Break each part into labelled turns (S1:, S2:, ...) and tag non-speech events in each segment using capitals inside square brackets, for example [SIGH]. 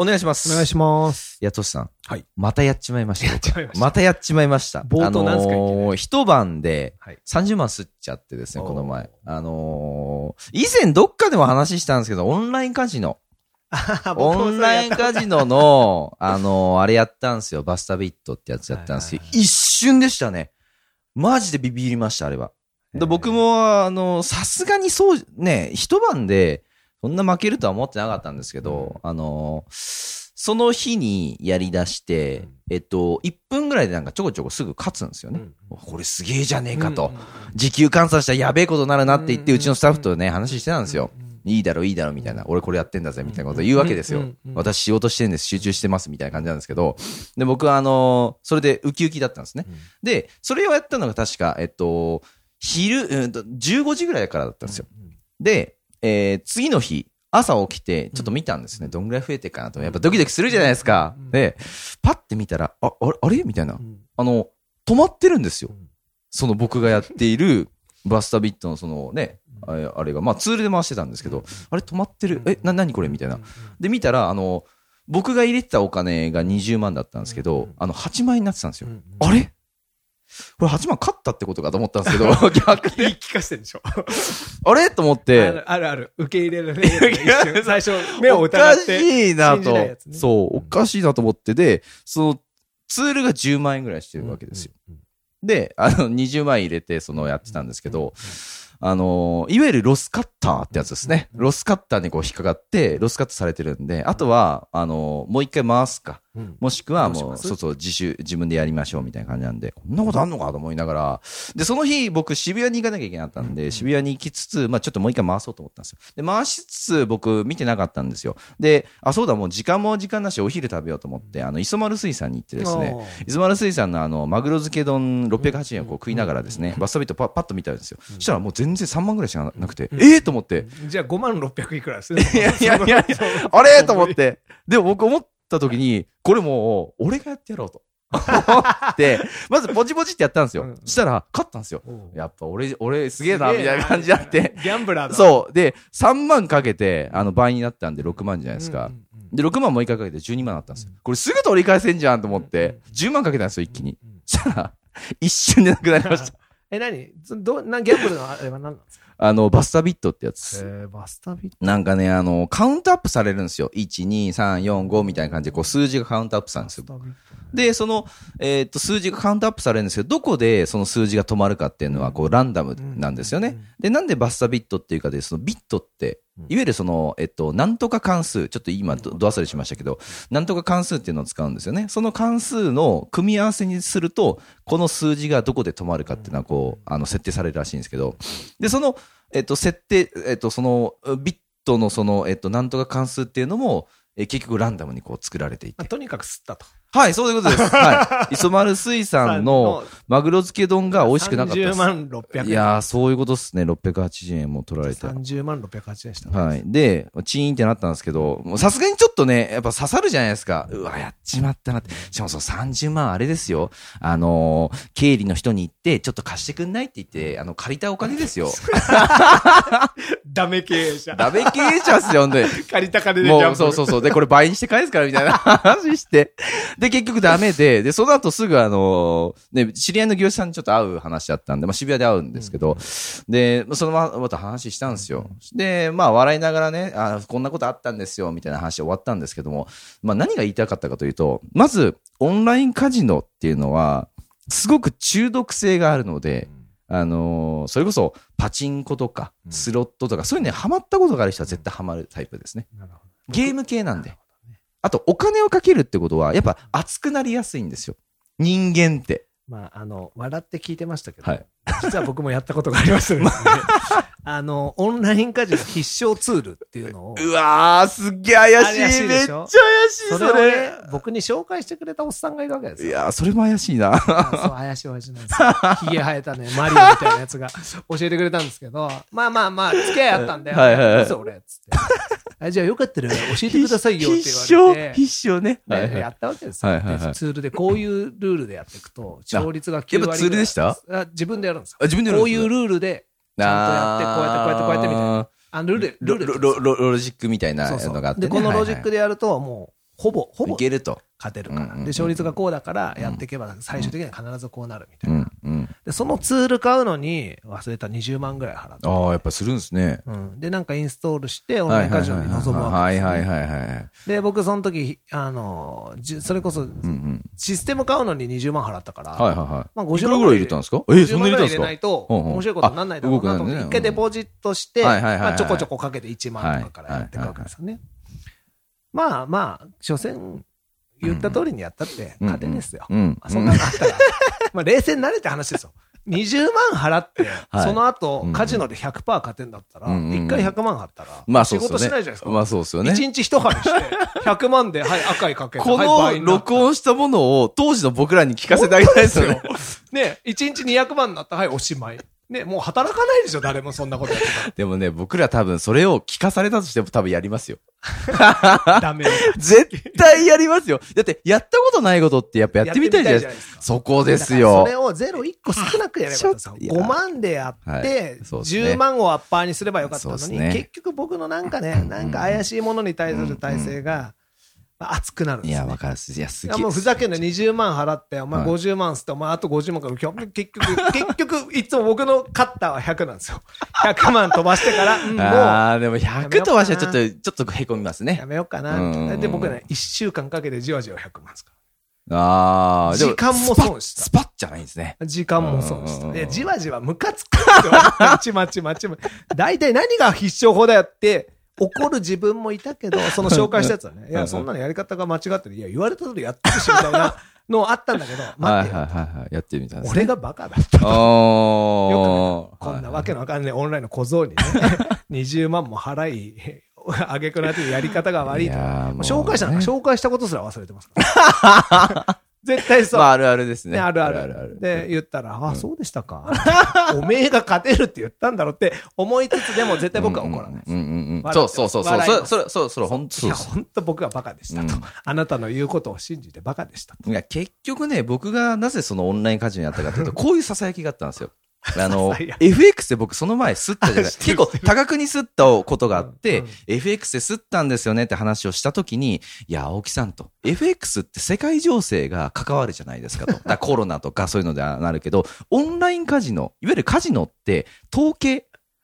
S1: お願いします。
S2: お願いし [LAUGHS] ます。
S1: いや、トシさん。
S2: はい
S1: またやっちまいました。
S2: [LAUGHS] やっちまいました
S1: またやっちまいました。
S2: 冒頭なんすか
S1: あのー一晩で
S2: はい
S1: 30万吸っちゃってですね、
S2: おー
S1: この前。あのー以前どっかでも話したんですけど、オンラインカジノ。オンラインカジノの、
S2: [LAUGHS]
S1: あのーあれやったんですよ。バスタビットってやつやったんですよ
S2: はいはい。
S1: 一瞬でしたね。マジでビビりました、あれは。で僕、も、あの、さすがにそう、ね、一晩で、そんな負けるとは思ってなかったんですけど、あの、その日にやり出して、
S2: うん
S1: えっと、1分ぐらいでなんかちょこちょこすぐ勝つんですよね。これすげえじゃねえかと。時給換算したらやべえことになるなって言って、
S2: うん
S1: うちのスタッフとね、話してたん
S2: な
S1: ですよ。。いいだろ、いいだろ、みたいな。俺これやってんだぜ、みたいなこと言うわけですよ。
S2: うんうん
S1: 私仕事してんです、集中してます、みたいな感じなんですけど。で、僕はあの、それでウキウキだったんですね。で、それをやったのが確か、えっと、昼、うんと、15時ぐらいからだったんですよ。で、えー次の日、朝起きて、ちょっと見たんですね。どんぐらい増えてるかなと。やっぱドキドキするじゃないですか。
S2: うん
S1: で、パッて見たら、あ、あれあれみたいな
S2: う。ん
S1: あの、止まってるんですよ
S2: うん。
S1: その僕がやってい
S2: [LAUGHS]
S1: る、バスタビットのそのね、あれあれが、まあツールで回してたんですけど、あれ止まってる。え、な、なにこれみたいな。で、見たら、あの、僕が入れてたお金が20万だったんですけ
S2: う
S1: ど
S2: ん、
S1: あの、8万円になってたんですよ。
S2: うん
S1: あれこれ8万勝ったってことかと思ったんですけ
S2: [LAUGHS]
S1: ど、逆
S2: 言い
S1: に。
S2: 聞かせてるでしょ。
S1: あれと思っ
S2: あ
S1: て、
S2: るあるある。受け入れられない。一瞬最初、目を
S1: お
S2: 疑
S1: か
S2: っ。
S1: していな
S2: 信じないや
S1: と
S2: つ。ね
S1: そう、おかしいなと思って、で、そのツールが10万円ぐらいしてるわけですよ。
S2: うん。
S1: で、あの、20万円入れて、その、やってたんですけど、あの、いわゆるロスカッターってやつですね。ロスカッターにこう引っかかって、ロスカットされてるんで、あとは、あの、もう一回回すか。
S2: うん
S1: もしくは
S2: どうし
S1: もう、
S2: ます
S1: そうそう、自主、自分でやりましょうみたいな感じなんで、こんなことあんのかと思いながら、で、その日僕渋谷に行かなきゃいけなかったんで、渋谷に行きつつ、まあちょっともう一回回そうと思ったんですよ。で、回しつつ僕見てなかったんですよ。で、あ、そうだ、もう時間も時間だし、お昼食べようと思って、あの、磯丸水産に行ってですね、磯丸水産のあの、マグロ漬け丼680円をこう食いながらですね、バストビットパパッと見たんですよ。そしたらもう全然3万ぐらいしかなくて、ええと思って、
S2: じゃあ5万600いくらです
S1: いやいやいやいや、あれ [LAUGHS] と思って。でも僕思った時に、これもう、俺がやってやろうと。思って、まずポチポチってやったんですよ
S2: うん。
S1: したら、勝ったんですよ。やっぱ俺、俺すげえな、みたいな感じになって。
S2: ギャンブラーだ。う
S1: そう。で、3万かけて、あの、倍になったんで6万じゃないですか
S2: ん。うんうん。
S1: で、6万もう一回かけて12万だったんですよ。これすぐ取り返せんじゃんと思って、10万かけたんですよ、一気に。そしたら、一瞬でなくなりました。
S2: え、何そどなギャンブルのあれは何なんですか
S1: あの、バスタビットってやつです。
S2: えーバスタビッ
S1: なんかね、あの、カウントアップされるんですよ。1、2、3、4、5みたいな感じで、こう、数字がカウントアップされるんですよ。
S2: ト。
S1: で、その、えーっと、数字がカウントアップされるんですけど、どこでその数字が止まるかっていうのは、こう、ランダムなんですよ
S2: うんう
S1: ね
S2: んうん。
S1: で、なんでバスタビットっていうかで、そのビットって、いわゆるその、えっと、なんとか関数、ちょっと今ど、ど忘れしましたけど、なんとか関数っていうのを使うんですよね。その関数の組み合わせにすると、この数字がどこで止まるかっていうのは、こう、あの、設定されるらしいんですけど、で、その、えっと、設定、えっと、その、ビットのその、えっと、なんとか関数っていうのも、えー結局ランダムにこう作られていて
S2: まあ、。とにかく吸ったと。
S1: はい、そういうこと
S2: [LAUGHS]
S1: です。はい。磯丸水産のマグロ漬け丼が美味しくなかったで
S2: 30
S1: す。
S2: 万600円。
S1: いやー、そういうことですね。680円も取られて。
S2: 30万608円した。
S1: はい。で、チーンってなったんですけど、もうさすがにちょっとね、やっぱ刺さるじゃないですか。うわ、やっちまったなって。しかもその30万あれですよ。あのー経理の人に行って、ちょっと貸してくんないって言って、あの、借りたお金です
S2: [LAUGHS]
S1: よ。
S2: ダメ経営者。
S1: ダメ経営者っすよ、ほんとに。
S2: 借りた金でギャンブ
S1: も
S2: ル。
S1: う、そうそうそう。で、これ倍にして返すからみたいな [LAUGHS] 話して。で、結局ダメで、で、その後すぐあのーね、知り合いの業者さんにちょっと会う話だったんで、まあ渋谷で会うんですけど、で、そのまままた話したんですよ。で、まあ笑いながらね、あこんなことあったんですよ、みたいな話終わったんですけども、まあ何が言いたかったかというと、まず、オンラインカジノっていうのは、すごく中毒性があるので、あのーそれこそパチンコとか
S2: うん
S1: スロットとか、そういうね、ハマったことがある人は絶対ハマるタイプですね。
S2: なるほど。
S1: ゲーム系なんで。あと、お金をかけるってことは、やっぱ熱くなりやすいんですよ。人間って。
S2: まあ、あの、笑って聞いてましたけど、
S1: はい
S2: 実は僕もやったことがありましてですね。 [LAUGHS] あの、オンラインカジノ必勝ツールっていうのを、
S1: うわー、すっげえ怪しい。
S2: 怪しい
S1: め
S2: で
S1: っ
S2: し
S1: ちゃ
S2: ょ
S1: 怪しい、
S2: そ
S1: そ
S2: れ
S1: れ。
S2: をね、僕に紹介してくれたおっさんがいるわけです
S1: い
S2: よ。
S1: やー、それも怪しいな。
S2: あそう、怪しいおやじなんですよ。ひげ生えたね、マリオみたいなやつが教えてくれたんですけど、まあまあまあ、付き合いあったんで、
S1: はいはいはい
S2: どうせ俺、つって。あじゃあよかったら教えてくださいよって
S1: 必
S2: 言われ
S1: 勝、
S2: て。
S1: 必勝ね。はい
S2: ね、や
S1: はい
S2: ったわけですよ、
S1: はいはいはい
S2: でツールでこういうルールでやっていくと、勝率が9割ぐらい。
S1: やっぱツールでした
S2: あ自分でやるんですよ
S1: あ。自分でやる
S2: こ
S1: んで
S2: う
S1: す
S2: い
S1: ね
S2: うルールで、ちゃんとやって、こうやって、こうやって、こうやってみたいな。
S1: あ
S2: あのルールで、
S1: ー
S2: ルールで
S1: ロロロロロジックみたいな
S2: そうそ
S1: のがあっ
S2: う。
S1: てね。
S2: で、このロジック
S1: で
S2: でやると、もう、ほぼ、ほぼ
S1: いけると。
S2: 勝てる
S1: うん
S2: か
S1: う
S2: ら。
S1: んうん
S2: で、勝率がこうだから、やっていけば最終的には必ずこうなるみたいうな。
S1: んうん。
S2: で、そのツール買うのに、忘れた20万ぐらい払って。
S1: ああ、やっぱするんですね。
S2: うん、で、なんかインストールして、オンラインカジノに臨むわ
S1: は
S2: けで
S1: い
S2: す、ね
S1: はいはいはい。
S2: で、僕、その時、あの、じゅそれこそ、
S1: うんうん。
S2: システム買うのに20万払ったから、
S1: はいはいはい。
S2: まあ
S1: いく
S2: 50
S1: ら
S2: 万
S1: ぐらい入れたんですかえー、そんな入れたんで
S2: 入れ
S1: す
S2: ない
S1: か
S2: と、
S1: うんうん
S2: 面白いことにならないだろうなと思っ
S1: あ動かない
S2: て、
S1: ね
S2: 一回デポジットして、
S1: はいはいはいはい
S2: まあちょこちょこかけて1万とかからやっていくわけですよね。まあまあ、所詮、言った通りにやったって、
S1: うん
S2: 勝てですよ。
S1: うん
S2: まあそんなのあっ
S1: [LAUGHS]
S2: たら、まあ冷静になれって話ですよ。20万払って、
S1: はい
S2: その
S1: う
S2: 後
S1: んう、ん
S2: カジノで100%勝てんだったら、
S1: うんうんうん
S2: 一回100万払ったら、
S1: まあそ
S2: 仕
S1: うっすよ
S2: 事
S1: ね。
S2: しないじゃないですか。
S1: まあそうっすよね。
S2: 一日一針して、100万で、はい、赤いかけて、
S1: こ
S2: はい倍
S1: の
S2: になった
S1: 録音したものを当時の僕らに聞かせてあげたいですよね。
S2: ね、1日200万になったら、はい、おしまい。ね、もう働かないでしょ、誰もそんなことやって
S1: でもね、僕ら多分それを聞かされたとしても多分やりますよ。[LAUGHS]
S2: たら。ダメ。
S1: 絶対やりますよ。だってやったことないことってやっぱやってみたいじゃないですか。
S2: すか。
S1: そこです
S2: だから
S1: よ
S2: それ。をゼロ1個少なくやればよかったんです
S1: いや
S2: よ5万でやって、
S1: はいそうですね
S2: 10万をアッパーにすればよかったの
S1: そう
S2: に、
S1: ですね
S2: 結局僕のなんかね、なんか怪しいものに対する体制が、まあ熱くなるん
S1: い
S2: ですよ
S1: や、
S2: ね、
S1: わかるっす。いや、す
S2: い
S1: げ
S2: や
S1: え。
S2: もうふざけんな、20万払って、お前
S1: はい
S2: 50万っつって、お前あと50万から、結局、結局、結局、いつも僕のカッターは100なんですよ。100万 [LAUGHS] 飛ばしてから、うんもう、
S1: ああ、でも100とはしはちょっと、ちょっとへこみます
S2: や
S1: ね。
S2: めようか
S1: うんうんう
S2: な。
S1: ん
S2: で、僕ね、1週間かけてじわじわ100万ですか
S1: ああ、で
S2: 時間も損した
S1: スパッスパッじゃないんですね。
S2: ら。時間も損し
S1: うんうんう
S2: て。
S1: ん
S2: で、じわじわムカつくんですよ。
S1: [LAUGHS]
S2: まちまちまちまち。大体何が必勝法だよって、怒る自分もいたけど、その紹介したやつはね、いや、そんなのやり方が間違ってる。いや、言われた通りやってるし、みたいなのあったんだけど、
S1: は
S2: 待
S1: い
S2: って
S1: はい
S2: よ。
S1: はいはい。やってみたんですね。
S2: 俺がバカだった。
S1: ああ。
S2: よ
S1: は
S2: こ
S1: い
S2: んなわけのわかんないオンラインの小
S1: [LAUGHS]
S2: 僧にね、20万も払い、あげくの果てにやり方が悪いと
S1: いやーもう
S2: 紹介したなんか
S1: ね
S2: 紹介したことすら忘れてますから。
S1: [LAUGHS]
S2: 絶対そう
S1: ま。あ、あるあるですね。
S2: ね、あるある。で、言ったら、あ、そうでしたか。 [LAUGHS] おめえが勝てるって言ったんだろうって思いつつでも絶対僕は怒らないです。
S1: うんうんうん。
S2: 笑
S1: そ
S2: いう
S1: そうそうそう。
S2: 笑い
S1: それ、
S2: ます
S1: それ、それ、それ、ほんと
S2: い
S1: そう
S2: や、
S1: そう。
S2: 本当僕はバカでしたと
S1: うん。
S2: あなたの言うことを信じてバカでしたと。
S1: いや、結局ね、僕がなぜそのオンラインカジノになったか
S2: [LAUGHS]
S1: というと、こういうささやきがあったんですよ。あの
S2: ささや、
S1: FX で僕その前吸ったじゃない
S2: [LAUGHS] 知って
S1: 結
S2: る
S1: 構 [LAUGHS] 多額に吸ったことがあって、
S2: うんうん
S1: FX で吸ったんですよねって話をしたときに、いや、青木さんと、FX って世界情勢が関わるじゃない
S2: [LAUGHS]
S1: ですかと。だからコロナとかそういうのではなるけど、オンラインカジノ、いわゆるカジノって統計、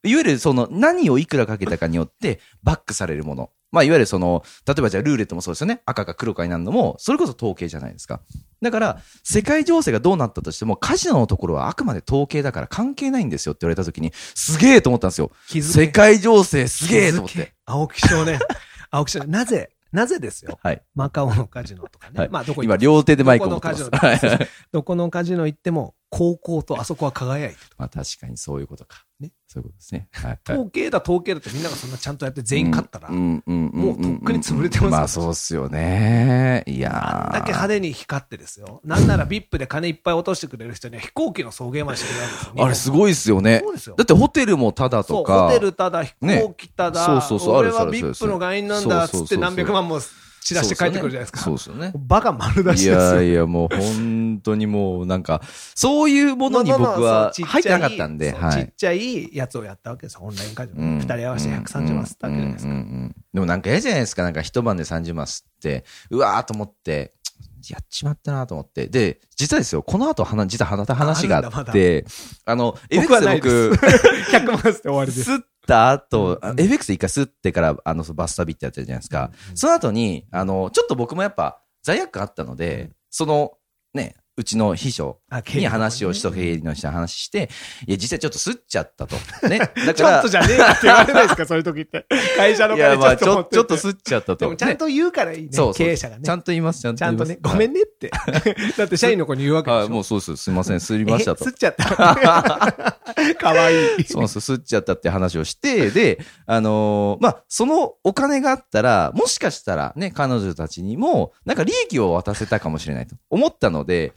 S1: いわゆるその何をいくらかけたかによってバックされるもの。まあ、いわゆるその、例えばじゃあルーレットもそうですよね。赤か黒かになるのも、それこそ統計じゃないですか。だから、世界情勢がどうなったとしても、カジノのところはあくまで統計だから関係ないんですよって言われたときに、すげえと思ったんですよ。
S2: 気
S1: 世界情勢すげえと思っ
S2: 気づけ
S1: て。。
S2: 青木少
S1: [LAUGHS]
S2: 年。青木少年。なぜ、なぜですよ。
S1: はい。
S2: マカオのカジノとかね。
S1: はい
S2: まあ、どこ行
S1: 今、
S2: って
S1: 両手でマイクを持ってます。
S2: どこの
S1: は
S2: カジノ [LAUGHS]
S1: い。
S2: どこのカジノ行っても、高校とあそこは輝いてる。
S1: まあ、確かにそういうことか。
S2: ね。
S1: そういうことですね。はい。
S2: 統計だ、統計だってみんながそんなちゃんとやって全員勝ったら、
S1: うんうんうんうん
S2: もうとっくに潰れてますよ
S1: まあ、そうっすよね。いや
S2: あ
S1: ー
S2: んだけ派手に光ってですよ。なんなら VIP で金いっぱい落としてくれる人には飛行機の送迎までしてくれるんですよ。
S1: あれすごいっすよね
S2: そうですよ。
S1: だってホテルもタダ
S2: そ
S1: と
S2: う、
S1: か。
S2: ホテルただ、飛行機ただ、
S1: ねそうそうそうあ
S2: 俺
S1: る
S2: は
S1: あるそうです
S2: VIP の会員なんだ
S1: そ
S2: っ
S1: う
S2: つ
S1: そう
S2: って
S1: そう
S2: 何百万も散らして帰ってくるじゃないですか。
S1: そうっすよね。
S2: バカ丸出
S1: い
S2: しです
S1: や
S2: よ。
S1: いや、もう本当にもうなんか、そういうものに僕は入ってなかったんで、
S2: そうち
S1: は
S2: っ
S1: い。
S2: ちゃいやつをやったわけですよ。オンライン会場
S1: うん
S2: 二人合わせて130万吸ったわけじゃないですか
S1: うん。うんうんうんでもなんか嫌じゃないですか、なんか一晩で30万吸って、うわーと思って、やっちまったなと思って。で、実はですよ、この後話、実は話話があって、あの、
S2: 僕は
S1: FX
S2: な
S1: で
S2: いで
S1: 僕
S2: す。、100万吸 [LAUGHS] って終わりです。
S1: 吸った後、あ FX で一回吸ってから、あの、バス旅ってやってるじゃないですか。その後に、あの、ちょっと僕もやっぱ罪悪感あったので、その、ね、うちの秘書、
S2: あ経理
S1: に
S2: の方
S1: 話をしと、経理の人に話して、いや、実はちょっとすっちゃったと。
S2: [LAUGHS]
S1: ね。だ
S2: ち
S1: か
S2: ょっ
S1: ら、
S2: とじゃねえかって言われないですか、そういう時って。会社の
S1: いや、まあ、
S2: 金
S1: ち
S2: ちょ
S1: ょ
S2: っと持ってて
S1: ちょっとすっちゃった
S2: で
S1: と。
S2: もちゃんと言うからいいね、
S1: ねそうそう
S2: 経営者がね。
S1: ちゃんと言います、ちゃんと
S2: ちゃ
S1: 言い
S2: んと
S1: ます。
S2: ね、ごめんねって。 [LAUGHS] だって社員の子に言うわけでしょ。
S1: はい、もうそうです。すいません、すりましたと
S2: え。吸っち
S1: [LAUGHS]
S2: ゃった。かわいい。
S1: そうなんですよ。吸っちゃったって話を
S2: [LAUGHS]
S1: して、で、あのーまあ、そのお金があったら、もしかしたらね、彼女たちにも、なんか利益を渡せたかもしれないと思ったので、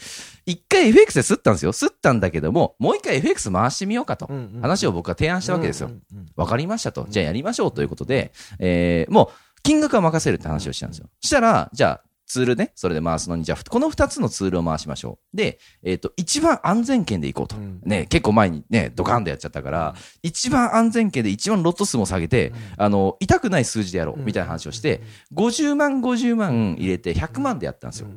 S1: 一回 FX で吸ったんですよ。吸ったんだけども、もう一回 FX 回してみようかと
S2: うんうんうん、
S1: 話を僕は提案したわけですよ
S2: うん。うんうん。
S1: わかりましたと。じゃあやりましょうということで、えー、もう金額は任せるって話をしたんですよ。したら、じゃあツールね、それで回すのに、じゃあこの2つのツールを回しましょう。で、えっ、と、一番安全圏でいこうと。
S2: うん
S1: ね、結構前にね、ドカンとやっちゃったから、一番安全圏で一番ロット数も下げて、あの、痛くない数字でやろう、みたいな話をして、50万、50万入れて100万でやったんですよ。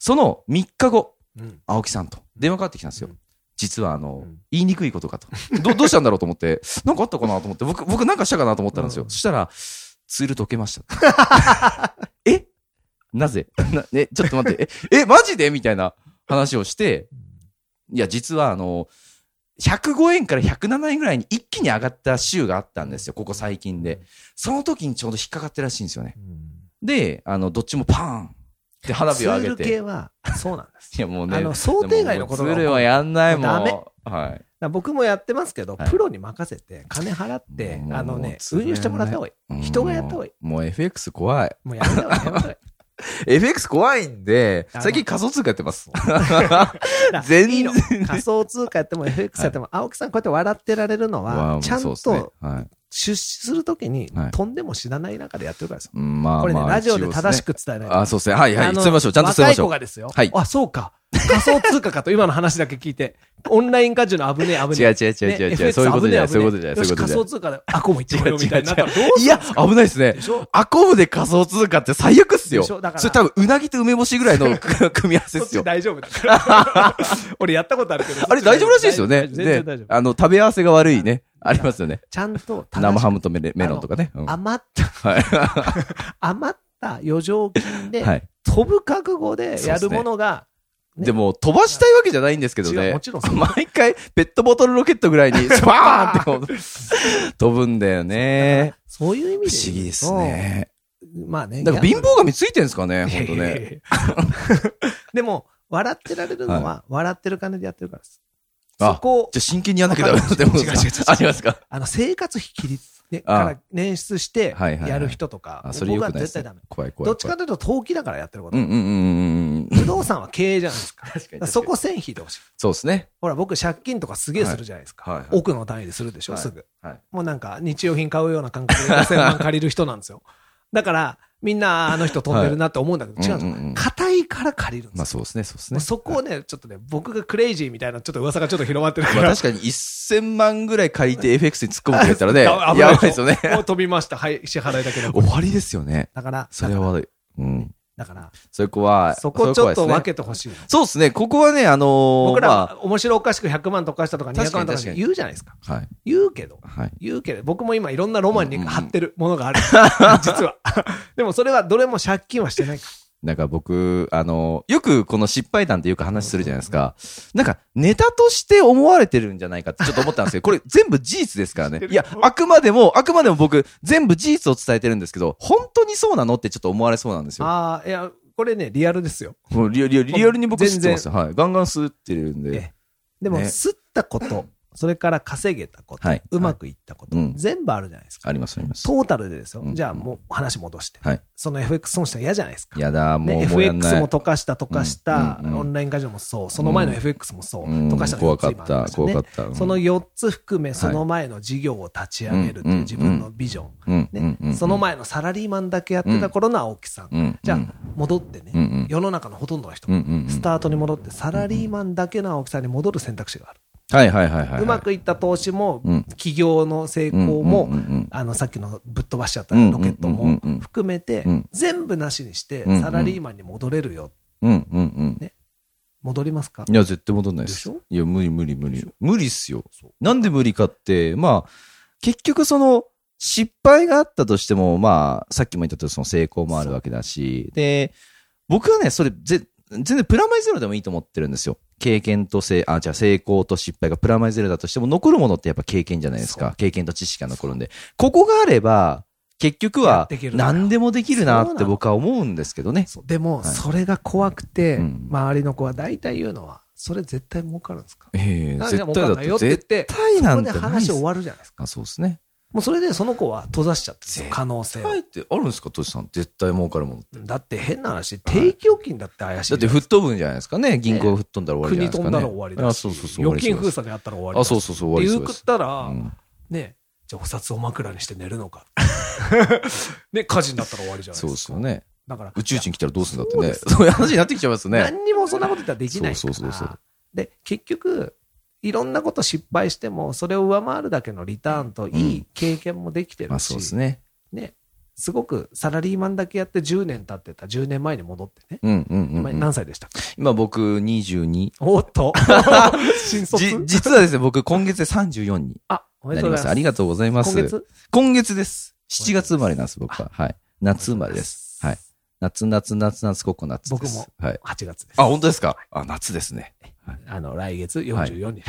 S1: その3日後、
S2: うん
S1: 青木さんと電話かかってきたんですよ。
S2: うん
S1: 実はあの、
S2: うん
S1: 言いにくいことかと。ど [LAUGHS] どうしたんだろうと思って、なんかあったかなと思って、僕、僕なんかしたかなと思ったんですよ。
S2: うん
S1: そしたら、ツール溶けました。
S2: [LAUGHS]
S1: えなぜ [LAUGHS] なえ、ちょっと待って、え、え、マジでみたいな話をして、いや、実はあの、105円から107円ぐらいに一気に上がった週があったんですよ、ここ最近で。その時にちょうど引っかかってるらしいんですよね。で、あの、どっちもパーンって花火を上げ
S2: ツール系
S1: て。
S2: は、そうなんです。
S1: いや、もうね。
S2: あの、想定外のこと
S1: でももうツール
S2: が
S1: はやんないもん。
S2: ダメ
S1: はい。
S2: 僕もやってますけど、
S1: はい
S2: プロに任せて、金払って
S1: もう、もう
S2: あの
S1: もう
S2: ね、
S1: ツール
S2: 運用してもらった方がいい。人がやった方がいい。
S1: もう FX 怖い。
S2: もうやめた方がいいやめた方がいい。
S1: FX 怖いんで、
S2: あの
S1: 最近仮想通貨やって
S2: [LAUGHS]
S1: ます。
S2: だから
S1: 全然
S2: いいの仮想通貨やっても FX やっても、青木さんこうやって笑ってられるの
S1: わあ
S2: は
S1: も、う
S2: ちゃん
S1: そうっすね
S2: と
S1: はい
S2: 出資するときに
S1: はい、
S2: とんでも知らない中でやってるからですよ。
S1: うんまあ
S2: これね、
S1: まあ
S2: ラジオで正し
S1: 一応っ
S2: く伝え
S1: す
S2: ない
S1: ね
S2: と。
S1: あ、そうですね。はいはい。
S2: あの
S1: 伝えましょう。ちゃんと伝えまし
S2: 若い
S1: ょ
S2: 子
S1: う。
S2: がですよ。
S1: はい
S2: あ、そうか。仮想通貨かと、今の話だけ聞いて。 [LAUGHS] オンラインカジノ危ねえ、危ねえ。
S1: 違う違う違う違う違う
S2: FX
S1: そういうことじゃない
S2: 危
S1: そ
S2: ねえ
S1: ういうことじゃない
S2: よ
S1: そうい
S2: し、
S1: うこと
S2: 仮
S1: じゃない
S2: 想通貨で、あ、こも行って [LAUGHS] こようみたいになったらどう
S1: いや、危ないですね
S2: で。しょ
S1: アコムで仮想通貨って最悪っすよ。
S2: でしょ
S1: そ
S2: だから
S1: れ多分、うなぎと梅干しぐらいの [LAUGHS] 組み合わせで
S2: そっ
S1: す
S2: ち
S1: よ。
S2: 大丈夫だから。
S1: [LAUGHS]
S2: 俺やったことあるけど。
S1: あれ大丈夫らしいですよね。
S2: 全然
S1: で
S2: 大丈、夫。
S1: あの、食べ合わせが悪いね。ありますよね。
S2: ちゃんと正しく、
S1: 生ハムとメレメロンとかね。うんは
S2: 余った、
S1: い。
S2: [LAUGHS] 余った余剰金で、
S1: はい。
S2: 飛ぶ覚悟でやるものが、ね
S1: でも、飛ばしたいわけじゃないんですけど
S2: 違う
S1: ね
S2: もちろんそ。う
S1: 毎回、ペットボトルロケットぐらいに、
S2: [LAUGHS]
S1: スパーンってこう飛ぶんだよね。
S2: そういう意味
S1: 不
S2: で。
S1: 思議です。ね。
S2: まあね。
S1: だから貧乏神ついてるんですかね、
S2: いや
S1: 本当
S2: いやい
S1: ね。
S2: やいや [LAUGHS] でも、笑ってられるのは、笑ってる金でやってるからです。
S1: あ
S2: そこを
S1: じゃあ真剣にやんなきゃダメだってことですか
S2: 違う違う違う違う
S1: ありますか
S2: あの生活費切り、ね、
S1: あ
S2: から捻出して
S1: はいはいはい
S2: やる人とか
S1: あ、それ
S2: 僕
S1: よくな
S2: は
S1: いで
S2: 絶
S1: す
S2: 対
S1: ね
S2: ダメ。。
S1: 怖い怖い。
S2: どっちかというと、投機だからやってるこ
S1: う
S2: と
S1: ん。うんうんうんうん。
S2: 不動産は経営じゃないですか。だ
S1: [LAUGHS] 確か
S2: からそこ線引いてほしい。
S1: そうですね。
S2: ほら、僕、借金とかすげえするじゃないです
S1: は
S2: か。
S1: いはいはい
S2: 奥の単位でするでしょ、
S1: はい
S2: すぐ。
S1: はい
S2: もうなんか、日用品買うような感覚で5000万借りる人な
S1: [LAUGHS]
S2: んですよ。だから、みんな、あの人飛んでるなって思うんだけど、違うんですよ
S1: うんうんうん
S2: 硬いから借りるんです
S1: ま
S2: よ
S1: あそうですね、そうです
S2: も
S1: ね
S2: う。そこをね、ちょっとね、僕がクレイジーみたいな、ちょっと噂がちょっと広まってるか
S1: まあ
S2: ら。
S1: 確かに1000万ぐらい借りて FX に突っ込むって言ったらね、
S2: あ [LAUGHS] 危
S1: やばいですよね。
S2: もう飛びました。はい、支払いだけど。
S1: 終わりですよね。
S2: だから、
S1: それは悪い。うん。
S2: だから、
S1: それ怖い。
S2: そこちょっと
S1: それ怖い
S2: 分
S1: ですね
S2: けてほしいの。
S1: そうですね、ここはね、あのー
S2: 僕
S1: ま
S2: ら、面白おかしく100万とかしたとか200
S1: 確か
S2: 万
S1: に
S2: とか
S1: 確かに
S2: 言うじゃないですか。
S1: あはい。
S2: 言うけど。
S1: はい。
S2: 言うけど、僕も今いろんなロマンに貼ってるものがある。実は。 [LAUGHS] でもそれはどれも借金はしてないか
S1: なんか僕、あのーよくこの失敗談ってよく話するじゃないですか。なんか、ネタとして思われてるんじゃないかってちょっと思ったん
S2: [LAUGHS]
S1: ですけど、これ全部事実ですからね。いや、あくまでも、あくまでも僕、全部事実を伝えてるんですけど、本当にそうなのってちょっと思われそうなんです
S2: ら。
S1: よ。
S2: ああ、いや、これね、リアルですよ。
S1: もうリアリアリアルに僕吸ってますよ。はい。ガンガン吸ってるんで
S2: ね。でも、
S1: ね
S2: 吸ったこと、それから稼げたこと
S1: はい、
S2: うまくいったこと
S1: う、ん
S2: 全部あるじゃないですか
S1: あ。りますあります。
S2: トータルでですよ。
S1: うん
S2: じゃあもう話戻して。
S1: はい
S2: その FX 損したら嫌じゃないですか。
S1: やだ、もう、
S2: ね、
S1: もうやん
S2: FX
S1: ない
S2: も。溶かした溶かした、
S1: うんうんうん
S2: オンラインカジノもそう、その前の FX もそう、
S1: うん
S2: 溶かしたの
S1: 怖
S2: 4つ
S1: かっ
S2: 今ありま
S1: た、
S2: したね
S1: 怖かった。うん
S2: その、4つ含め、その前の事業を立ち上げるという自分のビジョン。
S1: うん
S2: ねその、前のサラリーマンだけやってた頃の青木さん。
S1: うんうん
S2: じゃあ、戻ってね、
S1: うんうん
S2: 世の中のほとんどの人、
S1: うんうんうん
S2: スタートに戻って、サラリーマンだけの青木さんに戻る選択肢がある。
S1: はいはいはいはい。
S2: うまくいった投資も、
S1: うん
S2: 企業の成功も、
S1: うんうんうんうん
S2: あのさっきのぶっ飛ばしちゃった
S1: うん
S2: ロケット
S1: うん
S2: も
S1: うんうん
S2: 含めて、
S1: うん
S2: 全部なしにして、
S1: うんうん
S2: サラリーマンに戻れるよ、
S1: うんうんうん。
S2: 戻りますか
S1: いや、絶対戻んないで
S2: ですしょ。
S1: いや、無理無理無理
S2: でしょ。
S1: 無理っすよ
S2: そう。
S1: なんで無理かって、まあ、結局その、失敗があったとしても、まあ、さっきも言ったとおりその成功もあるわけだし、で、僕はね、それ、ぜ、全然プラマイゼロでもいいと思ってるんですよ。経験とせい、あ、じゃあ成功と失敗がプラマイゼロだとしても残るものってやっぱ経験じゃないです
S2: そ
S1: か。経験と知識が残るんで。ここがあれば、結局
S2: やっ
S1: は
S2: ていけるんだよ
S1: 何でもできるな
S2: そう
S1: っ
S2: な
S1: て
S2: の
S1: 僕は思うんですけどね。
S2: そうでも、
S1: はい
S2: それが怖くて、
S1: うん
S2: 周りの子は大体言うのは、それ絶対儲かるんですか
S1: ええ
S2: なんで
S1: 絶対だ
S2: 儲かん
S1: っ
S2: ないよ
S1: て。
S2: って言っ
S1: 絶
S2: て、
S1: 対
S2: そ
S1: な
S2: こ
S1: ん
S2: で
S1: てないっ
S2: 話
S1: す
S2: 終わるじゃないですか。
S1: あ、そうですね。
S2: もうそれでその子は閉ざしちゃってるんですよ可能性
S1: 絶
S2: を
S1: 対ってあるんですか、としさん。絶対儲かるもの。
S2: だって変な話、定期預金だって怪しい。
S1: だって吹っ飛ぶんじゃないですかね。銀行吹っ飛んだら終わりじゃない
S2: 国
S1: ですか
S2: 飛ん
S1: ね。
S2: だら終わりだ
S1: あ、
S2: し、
S1: そうそうそう。
S2: 預金封
S1: 鎖
S2: 鎖でやったら終わりだ
S1: あ、
S2: し
S1: そうそうそう、終わり
S2: っ
S1: そ
S2: て
S1: う
S2: 言
S1: で
S2: うくっ
S1: す。
S2: たら、
S1: うん
S2: ね、じゃあお札を枕にして寝るのか。 [LAUGHS] ね、火事になったら終わりじゃない
S1: そう
S2: で
S1: ですす
S2: か。
S1: よね。
S2: だから、
S1: 宇宙人来たらどうするんだって
S2: い
S1: ね。
S2: や
S1: そういう話になってきちゃいますね。
S2: 何にもそんなこと言ったらできないから
S1: そうそうそうそう
S2: で結局いろんなこと失敗してもそれを上回るだけのリターンといい経験もできて
S1: ま
S2: る
S1: あ
S2: し、
S1: そうです
S2: ね
S1: ね。
S2: すごくサラリーマンだけやって10年経ってた10年前に戻ってね、
S1: うんうんうん
S2: 今
S1: うん。
S2: 何歳でしたっけ
S1: 今僕22。
S2: おっ [LAUGHS] と新
S1: じ
S2: 卒
S1: 実はですね、僕今月で34に
S2: あおめ
S1: なり
S2: でと
S1: ま
S2: うござ
S1: す。
S2: います
S1: ありがとうございます。
S2: 今月
S1: 今月です。7月生まれなんです、僕は。はい。夏生まれです。はい。夏、夏、夏、夏、ココナッツです。
S2: 僕
S1: はい。
S2: 8月です
S1: あ、本当ですかあ、夏ですね。
S2: あの来月44になります、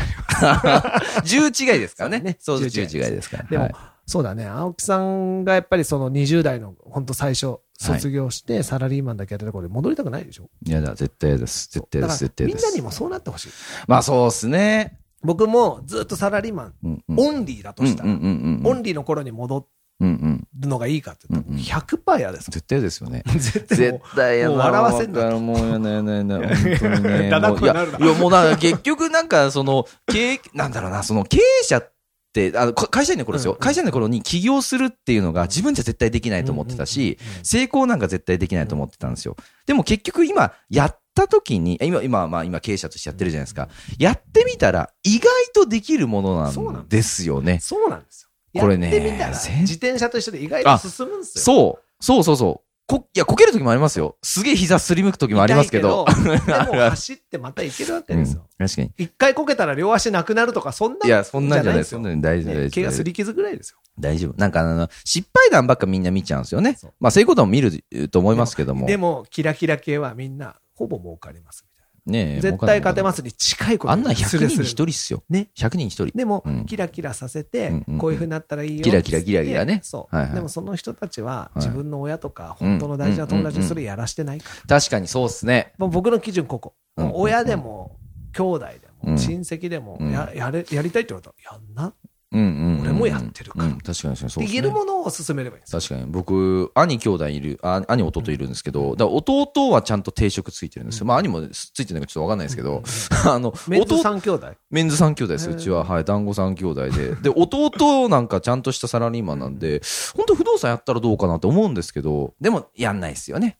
S1: 10違いですからね。
S2: [LAUGHS] そ
S1: そうう
S2: ね
S1: 10違いですから。
S2: でも、
S1: はい
S2: そうだね青木さんがやっぱりその20代の本当最初卒業してサラリーマンだけやってた頃に戻りたくないでしょ、
S1: いやだ、絶対です。絶対です。
S2: そうだ
S1: 絶
S2: か
S1: 対
S2: らみん
S1: で
S2: なに
S1: す。
S2: もそうなってほしい。
S1: まあそうですね。
S2: 僕もずっとサラリーマン、
S1: うんうん
S2: オンリーだとした
S1: うんう
S2: ら、
S1: んうんうん
S2: オンリーの頃に戻
S1: うんうん。
S2: るのがいいかって言ったら、
S1: うんうん
S2: 100%嫌です。
S1: 絶対ですよね。
S2: [LAUGHS] 絶対も
S1: 絶
S2: う
S1: 対やな
S2: もう笑わせんな
S1: わかるもうやなやなやな。本当にね。
S2: だだ
S1: も
S2: こ
S1: うい
S2: になるな
S1: や、いやもうだから結局なんかその、経営、なんだろうな、その経営者って、あの、こ会社員の頃ですよ。
S2: うんうん
S1: 会社員の頃に起業するっていうのが自分じゃ絶対できないと思ってたし、成功なんか絶対できないと思ってたんですよ。でも結局今、やった時に、え今、今、まあ今経営者としてやってるじゃないですか。やってみたら意外とできるもの
S2: そうな
S1: なんんですよね。
S2: そうなんですよ。
S1: これね
S2: やってみたら、
S1: せん
S2: 自転車と一緒で意外と進むんですよ。
S1: そう、そうそうそう。こ、いや、こける時もありますよ。すげえ膝すりむく時もありますけど。
S2: 痛いけど
S1: あ
S2: で
S1: るあ
S2: [LAUGHS] も
S1: る
S2: 走ってまた行けるわけですよ。
S1: うん確かに。
S2: 一回こけたら両足なくなるとか、そんない
S1: や、そんなんじゃない。
S2: じ
S1: そ
S2: ゃ
S1: ん
S2: な
S1: なんじゃない大丈夫、
S2: ね
S1: 大
S2: 怪
S1: 丈
S2: 我
S1: 夫
S2: すり傷ぐらいですよ。
S1: 大丈夫。なんかあの、失敗談ばっかみんな見ちゃうんですよね
S2: そう。
S1: まあ、成功談も見ると思いますけども。
S2: でも、キラキラ系はみんな、ほぼ儲かりますみたい
S1: ね
S2: な。
S1: え
S2: 絶対
S1: 儲かん
S2: 勝て
S1: ない
S2: ますに近いこと
S1: あんなん100人に1人
S2: 人
S1: っすよ。
S2: ね。
S1: 100人に1人。
S2: でも、
S1: うん
S2: キラキラさせて、
S1: うんうん
S2: こういうふうになったらいいよ
S1: キラキラキラキラね
S2: そう、
S1: はいはい
S2: でもその人たちは
S1: はい
S2: 自分の親とか本当の大事な友達にそれやらしてないから、
S1: 確かにそうっすね。
S2: もう僕の基準ここ、
S1: うん
S2: もう親でも兄弟でも、
S1: うん
S2: 親戚でも
S1: うん
S2: ややれやりたいって言われたらやんなっ
S1: うんうんうん。
S2: 俺もやってるから
S1: うん確かにそう
S2: て
S1: っす
S2: 言え
S1: ね
S2: るものを進めればいいんですよ
S1: 確かに僕兄兄弟いるあ兄弟いるんですけど、だから弟はちゃんと定職ついてるんですよ、
S2: うん
S1: まあ兄もついてないかちょっと分かんないですけど、
S2: う
S1: [LAUGHS]
S2: ん
S1: あの
S2: メンズ
S1: 弟
S2: 三兄弟
S1: メンズ3兄弟です
S2: へー
S1: うちははい団子3兄弟でで弟なんかちゃんとしたサラリーマンなんで本当不動産やったらどうかなと思うんですけどでもやんないですよね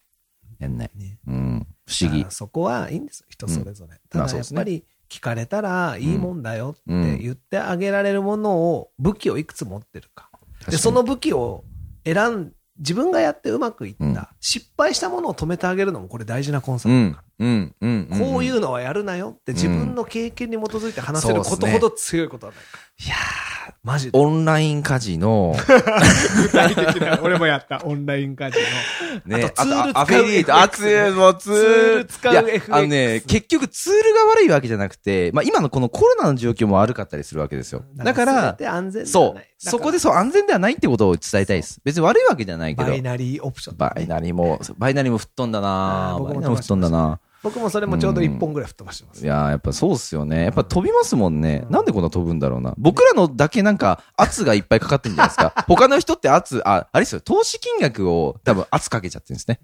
S1: やんない、
S2: ね
S1: うん不思議
S2: あーそこはいいんですよ人それぞれ、
S1: ま
S2: た
S1: あ
S2: だ
S1: そう
S2: や
S1: で
S2: っ
S1: すね
S2: ぱり聞かれたらいいもんだよって
S1: うん
S2: 言ってあげられるものを武器をいくつ持ってるか
S1: 確か
S2: で
S1: に
S2: その武器を選ん自分がやってうまくいった、
S1: うん
S2: 失敗したものを止めてあげるのもこれ大事なコンサ
S1: う
S2: ルだ
S1: ん
S2: か
S1: うんうん
S2: ら、こういううのはやるなよって自分の経験に基づいて話せる
S1: うんそうっ
S2: こ
S1: す
S2: と
S1: ね
S2: ほど強いことはないか、
S1: んいやー
S2: マジで
S1: オンラインカジノ、
S2: 具体的な俺もやったオンラインカジ [LAUGHS]
S1: ね、
S2: あとツール使う
S1: アフィリエイト、あ、ツー
S2: FX
S1: ル、もうツール。
S2: ツール使う
S1: いや
S2: FX
S1: あのね、結局ツールが悪いわけじゃなくて、まあ今のこのコロナの状況も悪かったりするわけですよ。
S2: ノ
S1: だか
S2: 全
S1: ら、
S2: て安全では
S1: そ
S2: な
S1: う
S2: い、だから
S1: そこでそう安全ではないってことを伝えたいです。別に悪いわけじゃないけど
S2: バイ。ナリーオプション
S1: バイナリーも、バイナリーも吹っ飛んだ
S2: あ
S1: なバ
S2: ー僕
S1: イナ
S2: も
S1: リーも吹っ飛んだな
S2: 僕もそれもちょうど1本ぐらい吹っ飛ばしてます、
S1: いやーやっぱそうっすよね。やっぱ飛びますもんね。なんでこんな飛ぶんだろうな。僕らのだけなんか圧がいっぱいかかってんじゃないです [LAUGHS] か。他の人って圧、あ、あれですよ。投資金額を多分圧かけちゃってるんですね。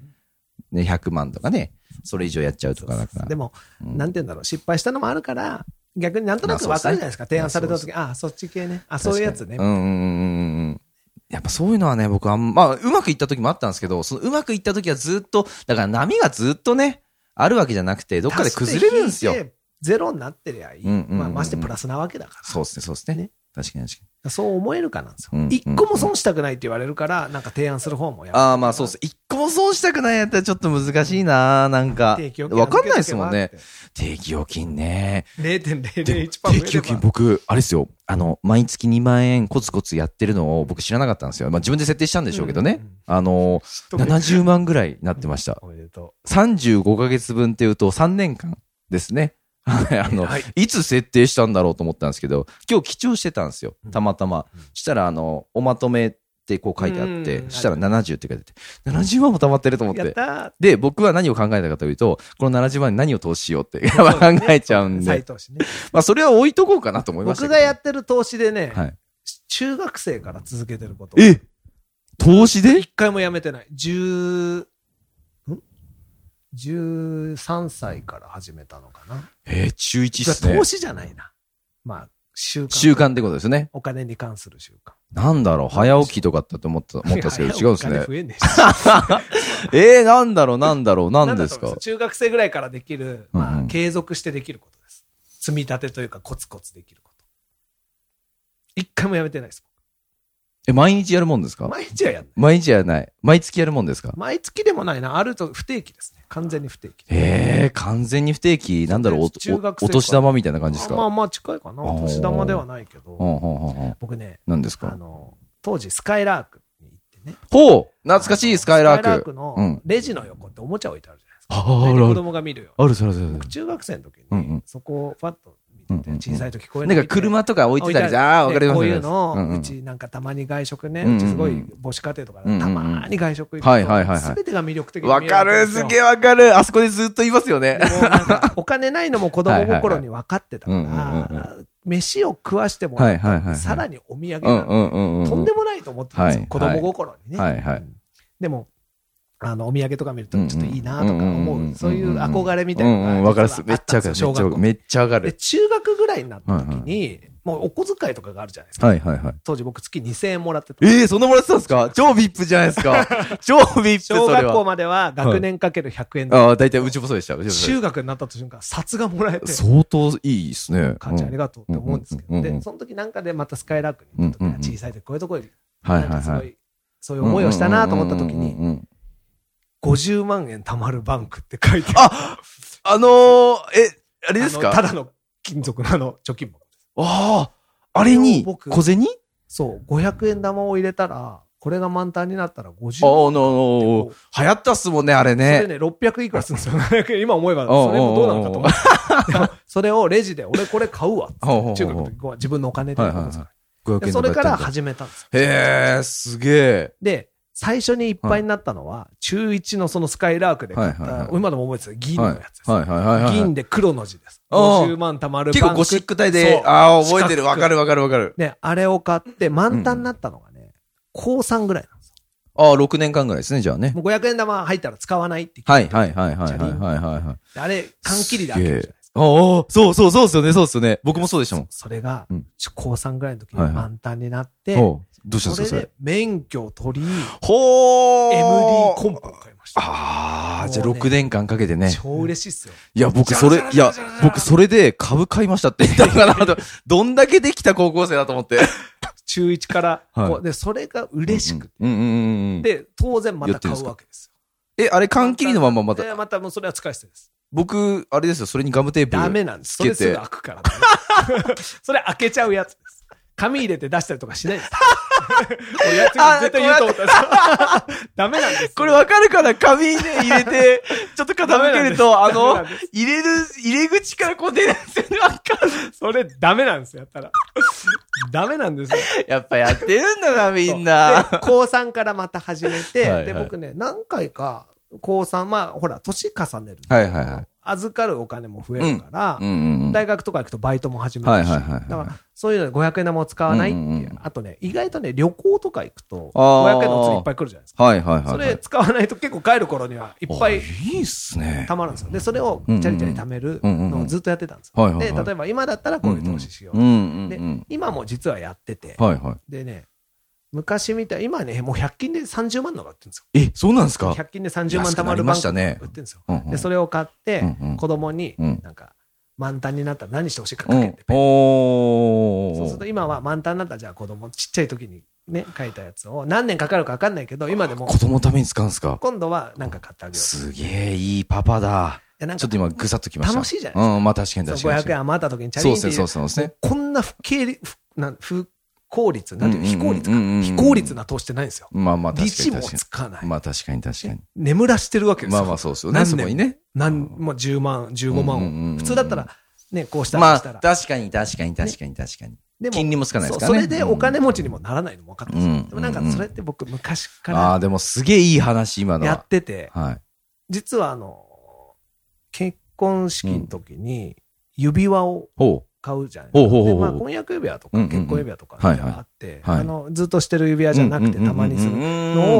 S1: ね、100万とかね。それ以上やっちゃうとかだから
S2: で。も、
S1: うん
S2: なんて言うんだろう失敗したのもあるから逆になんとなく分かるじゃないですか、提案された時あそっち系ねあそういうやつ
S1: 確
S2: ね、
S1: かにうんうんうんうんうん。やっぱそういうのはね、僕はあん、まあ、うまくいった時もあったんですけど、そのうまくいった時はずっと、だから波がずっとね、あるわけじゃなくて、どっかで崩れるんですよ
S2: 足し。て引いてゼロになってりゃいい。
S1: うんうんうんうん
S2: まあ、ましてプラスなわけだから。
S1: そうですね、そうですね。
S2: ね
S1: 確かに確かに。
S2: そう思えるかなんですよ
S1: うんうん。
S2: 一個も損したくないって言われるから、なんか提案する方もやっぱ
S1: ああ、まあそうっす。一個も損したくないやったらちょっと難しいななんか。
S2: 定期預金
S1: わかんないですもんね
S2: 預けと。
S1: 定期預金ね。
S2: 0.001%
S1: でも
S2: パー
S1: 定期預金僕、あれですよ。あの、毎月2万円コツコツやってるのを僕知らなかったんですよ。まあ自分で設定したんでしょうけどね。
S2: うんうん
S1: あの、70万ぐらいなってました。
S2: おめでと
S1: 35ヶ月分っていうと3年間ですね。 [LAUGHS] はいあの、
S2: はい
S1: い、つ設定したんだろうと思ったんですけど、今日記帳してたんですよ
S2: うん。
S1: たまたま
S2: うん。
S1: したら、あの、おまとめってこう書いてあっ
S2: う
S1: て
S2: ん、
S1: したら70って書いてあって、70万も溜まってると思っ。
S2: う。やってたー
S1: で、僕は何を考えたかというと、この70万に何を投資しようって
S2: [LAUGHS] そう
S1: 考
S2: だね
S1: えちゃうん
S2: 再
S1: で、
S2: 投資ね。
S1: まあそれは置いとこうかなと思いましたけ
S2: 僕
S1: ど。
S2: がやってる投資でね、
S1: はい
S2: 中学生から続けてること。
S1: え投資で
S2: 一回もやめてない。十、ん ?13 歳から始めたのかな。
S1: えー、中1っす
S2: じゃあ
S1: ね
S2: 投。資じゃないな。まあ、習慣。
S1: 習慣ってことですね。
S2: お金に関する習慣。
S1: なんだろう、早起きとかだと思った、思ったんですけど、違うんです
S2: いや
S1: ね
S2: お金。増えねえし
S1: [LAUGHS] えー、なんだろう、なんだろう、 [LAUGHS] な
S2: なん
S1: ん
S2: だ
S1: で
S2: と
S1: す
S2: 思い
S1: か
S2: ま。中学生ぐらいからできる、
S1: うん
S2: ま
S1: う
S2: あ、
S1: ん
S2: 継続してできることです。積み立てというか、コツコツできること。一回もやめてないです。
S1: え、毎日やるもんですか
S2: 毎日はやんない。
S1: 毎日やらない。毎月やるもんですか
S2: 毎月でもないな。あると不定期ですね。完全に不定期。
S1: えー、完全に不定期、なんだろう、おお
S2: 中学生
S1: お年玉みたいな感じです
S2: あまあ
S1: か
S2: まあ近いかな。
S1: あー
S2: 年玉ではない
S1: う
S2: け
S1: んう
S2: ど。
S1: んうんうん。
S2: 僕ね、
S1: 何です
S2: あ
S1: か
S2: の、当時スカイラークに行ってね。
S1: ほう懐かしいスカイラーク。う
S2: の
S1: ん
S2: レジの横っておもちゃ置いてあるじゃないですか。
S1: あ
S2: 大体
S1: るあ
S2: 子
S1: る。
S2: 供が見るよ。
S1: ある、それそれそれ
S2: 僕中学生の時
S1: うんう
S2: に
S1: ん、
S2: そこをパッと
S1: うん
S2: 見
S1: うんうん
S2: て、小さい時こういうの
S1: なん
S2: 見て。
S1: か車とか置いてたりじゃん。ああー、わかり
S2: で
S1: ます
S2: こう
S1: わか
S2: い
S1: り
S2: う
S1: ます
S2: の
S1: う
S2: を、
S1: んう
S2: うんちなんかたまに外食ね、
S1: うんうんうん
S2: うちすごい母子家庭とかだ
S1: うんうんうん
S2: たまーに外食行く
S1: はいはいはいはい
S2: すべてが魅力的に見え
S1: わ
S2: る
S1: かる、
S2: です
S1: す
S2: よ
S1: げえわかる。あそこでずっといますよね
S2: で。もなんかお金ないのも子供心に分かってたか
S1: はいはいはいうんうん
S2: ら、飯を食わしても
S1: は
S2: ら
S1: いはいはいは
S2: っ
S1: い
S2: て、さらにお土産
S1: うん
S2: なんて
S1: うんうんうん。
S2: とんでもないと思ってたんです
S1: は
S2: よ、
S1: い
S2: 子供心にね。
S1: はいは
S2: う
S1: い
S2: んでも、あの、お土産とか見ると
S1: うんうん
S2: ちょっといいなとか
S1: んん
S2: 思
S1: ん
S2: う、そういう憧れみたい
S1: うんう
S2: なの
S1: ん、
S2: が
S1: わかるっ
S2: 実
S1: す。
S2: は
S1: め
S2: あ
S1: っ
S2: っ
S1: ちゃ
S2: たん
S1: わ
S2: です
S1: か
S2: よ
S1: る。
S2: 小学校
S1: めっちゃわか
S2: で、
S1: る。
S2: 中学ぐらいになった時に、もうお小遣いとかがあるじゃないですか。
S1: はいはいはい。
S2: 当時僕月2000円もらってた。
S1: ええそんなもらってたんですか超ビップじゃないです
S2: [LAUGHS]
S1: か。超ビップ、それ
S2: 小
S1: は。
S2: 学校までは学年かける100円で、
S1: ああ、大体うちもそうでした。うちもそうで
S2: 中学になった瞬間、札がもらえて
S1: し。た相当いいですね。
S2: 母ちゃんありがとうって思うんですけ
S1: う
S2: ど、
S1: んうんうんう
S2: で、
S1: ん
S2: その時なんかでまたスカイラークに行った
S1: う
S2: 時
S1: んうんうん
S2: 小さい時こういうところに、
S1: は
S2: ないん
S1: は
S2: か
S1: い
S2: す
S1: は
S2: ご
S1: い。
S2: い、そういう思いをしたなと思った
S1: うん
S2: 時
S1: うん
S2: に、
S1: うんうん。
S2: 50万円貯まるバンクって書いてある。
S1: ああのー、え、あれです
S2: あ
S1: か
S2: のた
S1: あ
S2: だの金属のあの貯金箱。
S1: あー、あれに、
S2: 僕
S1: 小銭
S2: そう、500円玉を入れたら、これが満タンになったら50
S1: ああ、
S2: 万。
S1: おのおの流行ったっすもんね、あれ
S2: それ
S1: ね。
S2: ね、600いくらするんですよ。700円。今 [LAUGHS] 思えば、
S1: おうおうおう
S2: それもどうなのかと思って。でも [LAUGHS] それをレジで、俺これ買うわって。
S1: ほうほうほう
S2: 中学の時は自分のお金で買うんですよ。
S1: 500
S2: で
S1: 円
S2: それから
S1: とやったんだ
S2: 始めたんですよ。
S1: へえ、すげえ。
S2: で、最初にいっぱいになったのは、中1のそのスカイラークで買った、
S1: はいはいはい
S2: 今でも覚えてる銀の
S1: は
S2: や
S1: い
S2: つです。
S1: はいはいはいはい。
S2: 銀で黒の字です。
S1: おう
S2: 50万貯まるバンク。
S1: 結構ゴシック体
S2: そ
S1: で
S2: う、
S1: ああ、覚えてる。
S2: 四角
S1: わ
S2: く
S1: かるわかるわかる。
S2: ね、あれを買って満タンになったのがね、高3ぐらいなんですよ。
S1: ああ、6年間ぐらいですね、じゃあね。
S2: もう500円玉入ったら使わないって聞いて
S1: はいはいはいはいはいはいはいはい。
S2: であれ、缶切りで開けるじゃないですか。
S1: ああ、そうそうそうですよね、そうですよね。僕もそうでしたもん。
S2: それが
S1: うん、
S2: 高3ぐらいの時に
S1: はいはい
S2: 満タンになって、
S1: おうどうしたん
S2: そ
S1: です
S2: れ
S1: か、そ
S2: で
S1: れ。
S2: 免許を取り、
S1: ほ
S2: MD
S1: ー
S2: コンポを買いました。
S1: ああ、じゃあ
S2: もうね
S1: 6年間かけてね。
S2: 超嬉しいっすよ。
S1: いや、僕それ、いや、僕それで株買いましたって言ったのかな
S2: [LAUGHS]
S1: と。どんだけできた高校生だと思って。
S2: 中1から、
S1: はい
S2: こうで、それが嬉しく
S1: うんうんうんうん。
S2: て、当然また買うわけですよ。
S1: え、あれ、缶切りのまんままた
S2: で、またもうそれは使い捨てです。
S1: 僕、あれですよ、それにガムテープ。
S2: ダメなんです。それ
S1: つけ
S2: す
S1: て
S2: ぐ開くからね、 [LAUGHS] それ開けちゃうやつです。紙入れて出したりと
S1: [LAUGHS]
S2: かしないです。俺やつに絶対言うと思ったんで
S1: [LAUGHS]
S2: すよダメなんです。
S1: これわかるから紙で入れ
S2: [LAUGHS]
S1: て、ちょっと傾けると、あ
S2: ダメなん
S1: の
S2: です、
S1: 入れる、入れ口からこう出るんですよね。わかる。
S2: それダメなんですよ、やったら。ダメなんですよ。
S1: やっぱやってるんだな、みん
S2: で
S1: な。、
S2: 高3からまた始めて、
S1: はいはい
S2: で、僕ね、何回か、高3、まあ、ほら、年重ねる。
S1: はいはいはい。
S2: 預かるお金も増えるから、
S1: うんうんうん。
S2: 大学とか行くとバイトも始めるし、
S1: はいはいはいはい
S2: だから、そういうので500円玉を使わないっていう、
S1: うんうんうん
S2: あとね、意外とね、旅行とか行くと、
S1: あー
S2: 500円のお釣りいっぱい来るじゃないですか。
S1: はいはいはいはい。
S2: それ使わないと結構帰る頃にはいっぱ
S1: あい
S2: い
S1: いっすね。
S2: 貯まるんですよ。で、それをチャリチャリ貯めるのをずっとやってたんです
S1: うんうんう
S2: よ。
S1: んはいは
S2: で、
S1: いはい
S2: 例えば今だったらこういう投資しよう
S1: うんうん
S2: で
S1: うん。、
S2: 今も実はやってて、
S1: はいは
S2: でね、昔みたい、今ね、もう100均で30万のが売ってるんですよ。
S1: い。え、そうなんですか
S2: 100均で30万
S1: 安く
S2: 貯ま
S1: なり
S2: るバ
S1: ま
S2: ン
S1: し
S2: クが
S1: た
S2: 売っ
S1: ね
S2: てるんですよ。
S1: うんうん
S2: で、それを買って
S1: うんう、ん
S2: 子供に
S1: うん、
S2: なんか、満タンになったら何してほしいか
S1: う
S2: 書けっ
S1: ん
S2: て、。
S1: おー。
S2: そうすると今は満タンになったらじゃあ子供ちっちゃい時にね書いたやつを何年かかるか分かんないけど今でも
S1: 子供のために使うんですか
S2: 今度は何か買ってあげようい
S1: すげえいいパパだ。
S2: やなんか
S1: ちょっと今ぐさっときました。
S2: 楽しいじゃないです
S1: うん、まあ確かに確
S2: そ
S1: か
S2: う
S1: に。
S2: 500円余った時にチャ
S1: そ
S2: リ
S1: う
S2: ン
S1: で
S2: って
S1: すね、
S2: いう
S1: そうですねそうですね。
S2: こんな不経理不なん不効率なんていうの
S1: うんう
S2: 非
S1: んうん
S2: 効率か
S1: うんうんうん
S2: 非効率な投資ってないんですよ
S1: まあまあ確
S2: 利
S1: かに
S2: 子も
S1: 確か
S2: つかな
S1: に。
S2: い
S1: まあ確かに確かに。
S2: 眠らしてるわけです
S1: ま
S2: よ
S1: あまあそうですよね、
S2: 何
S1: そ
S2: 年
S1: こにね。
S2: なんもう10万15万を、
S1: うんうんうんうん
S2: 普通だったらねこうした
S1: ま
S2: ら
S1: あ
S2: したら、
S1: 確かに確かに確かに確かに。
S2: でも
S1: 金利もつかないです
S2: そう
S1: から
S2: そ
S1: ね。
S2: れでお金持ちにもならないのも分かってるんですよ、
S1: うん
S2: でもなんかそれって僕昔か
S1: うんああ、
S2: ら
S1: でもすげえいい話、今の
S2: やっ
S1: は。
S2: てて
S1: はい。
S2: 実はあの結婚式の時に指輪を
S1: ほ
S2: 買うじゃない
S1: ほうほうほう
S2: で
S1: ほう
S2: まあ婚約指輪とか
S1: うんうんうん
S2: 結婚指輪とか
S1: はいはい
S2: あって
S1: はい
S2: あのずっとしてる指輪
S1: う。
S2: じゃなくてたまにするの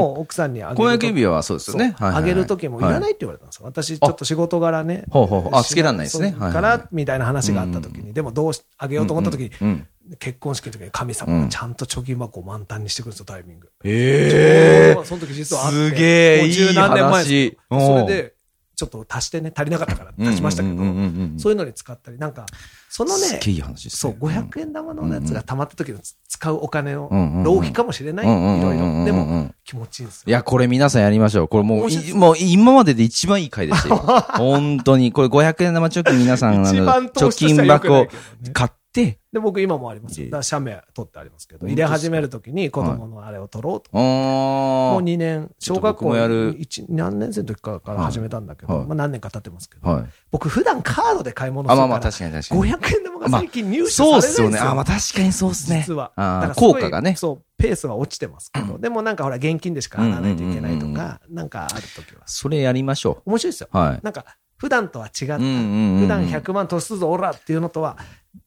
S1: を。
S2: を奥さんにあげる
S1: 婚約
S2: 輪
S1: 指輪はそうですよね。はいはい
S2: あ
S1: はい
S2: げる時もいらないって言われたんですよ、私ちょっと仕事柄ね
S1: ほうほうほうあつけらんないですね
S2: そう
S1: はいはい
S2: か
S1: はい
S2: らみたいな話があった時にでもどうしあげようと思った時に
S1: うんうん
S2: 結婚式の時に神様がちゃんと貯金箱を満タンにしてくるんですよタイミング
S1: ええ。
S2: その時実はあって
S1: すげえ
S2: もう十何年前です
S1: いい話
S2: そ
S1: おう
S2: れでちょっと足してね足りなかったから足しましたけど
S1: うんうんうんうんうん
S2: そういうのに使ったりなんかその
S1: すっ
S2: ね
S1: げえいい話です
S2: そう
S1: ね。
S2: 500円玉のやつが溜まった時のつ使うお金を
S1: うんうんうん
S2: 浪費かもしれない
S1: うんうん
S2: いろい
S1: うんうんうんう
S2: ろ
S1: ん
S2: でも気持ちいいんです
S1: い
S2: よ
S1: や、これ皆さんやりましょう。これもう
S2: 面
S1: い、 [LAUGHS]
S2: 白い
S1: もう今までで一番いい回でした
S2: [LAUGHS]
S1: よ。本当に。これ500円玉貯金皆さん、あ
S2: 一
S1: の
S2: 番、
S1: 貯
S2: 投資として
S1: 金
S2: は良く
S1: 箱
S2: ない
S1: を
S2: けどね
S1: 買って、
S2: で僕今もあります
S1: いい
S2: よだから写メ取ってありますけど
S1: 本当ですか
S2: 入れ始める時に子供のあれを取ろうと
S1: お
S2: もう
S1: ー。
S2: 2年
S1: ちょっ
S2: 小
S1: と
S2: 学
S1: 僕
S2: 校
S1: もやる
S2: 一何年生の時からから始めたんだけ
S1: は
S2: ど
S1: い
S2: まあ何年か経ってますけど
S1: はい。
S2: 僕普段カードで買い物す
S1: あ、
S2: る
S1: まあ
S2: か
S1: まあ
S2: ら
S1: 確かに確かに。
S2: 500円玉が最近入手さ
S1: そ
S2: れな
S1: うっ
S2: いんです
S1: すよ
S2: よ
S1: ね。あ、まあ確かにそうっすね。
S2: 実は。
S1: あー
S2: だからすごい
S1: 効果がね
S2: そう、ペースは落ちてますけど、でもなんかほら、現金でしか払わないといけないと
S1: うんうんうん
S2: か、なんかあるときは。
S1: それやりましょ
S2: 面白いですよ。
S1: う。はい。
S2: なんか、普段とは違った。
S1: うんうんうん
S2: 普段100万投資するぞ、オラっていうのとは、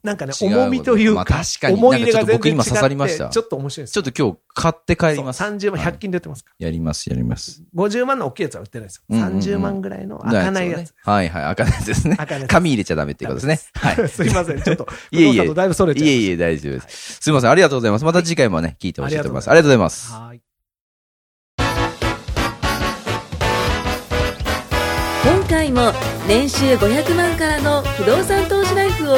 S2: なんかね、
S1: 違う
S2: 重みという
S1: まあ
S2: か、
S1: 確かに
S2: 思い入れが
S1: なんかちょっと僕
S2: 全然違
S1: 今
S2: っ
S1: 刺さりましてた、
S2: ちょっと面白いです
S1: ちょ
S2: よ。
S1: っと今日買って帰
S2: そ
S1: り
S2: う
S1: ます。
S2: 30万、
S1: はい
S2: 100均で売ってますか
S1: やります、やります。
S2: ら。50万の大きいやつは売ってないです
S1: うん
S2: よ。
S1: うんうん
S2: 30万ぐらいの開かないやつ。
S1: はいはい、開かないやつですね
S2: 開かないや。つ
S1: 紙入れちゃダメっていうことですね。はい。
S2: [LAUGHS] すいません、ちょっと、
S1: [LAUGHS] いえいえ
S2: 不動産とだいぶそれちゃいま
S1: い
S2: した
S1: えいえ、大丈夫です。すいません、ありがとうございます。また次回もね、聞いてほしいと思います。あ
S2: あ
S1: りがとうございます。
S2: はーい。
S3: 今回も年収500万からの不動産投資ライフをお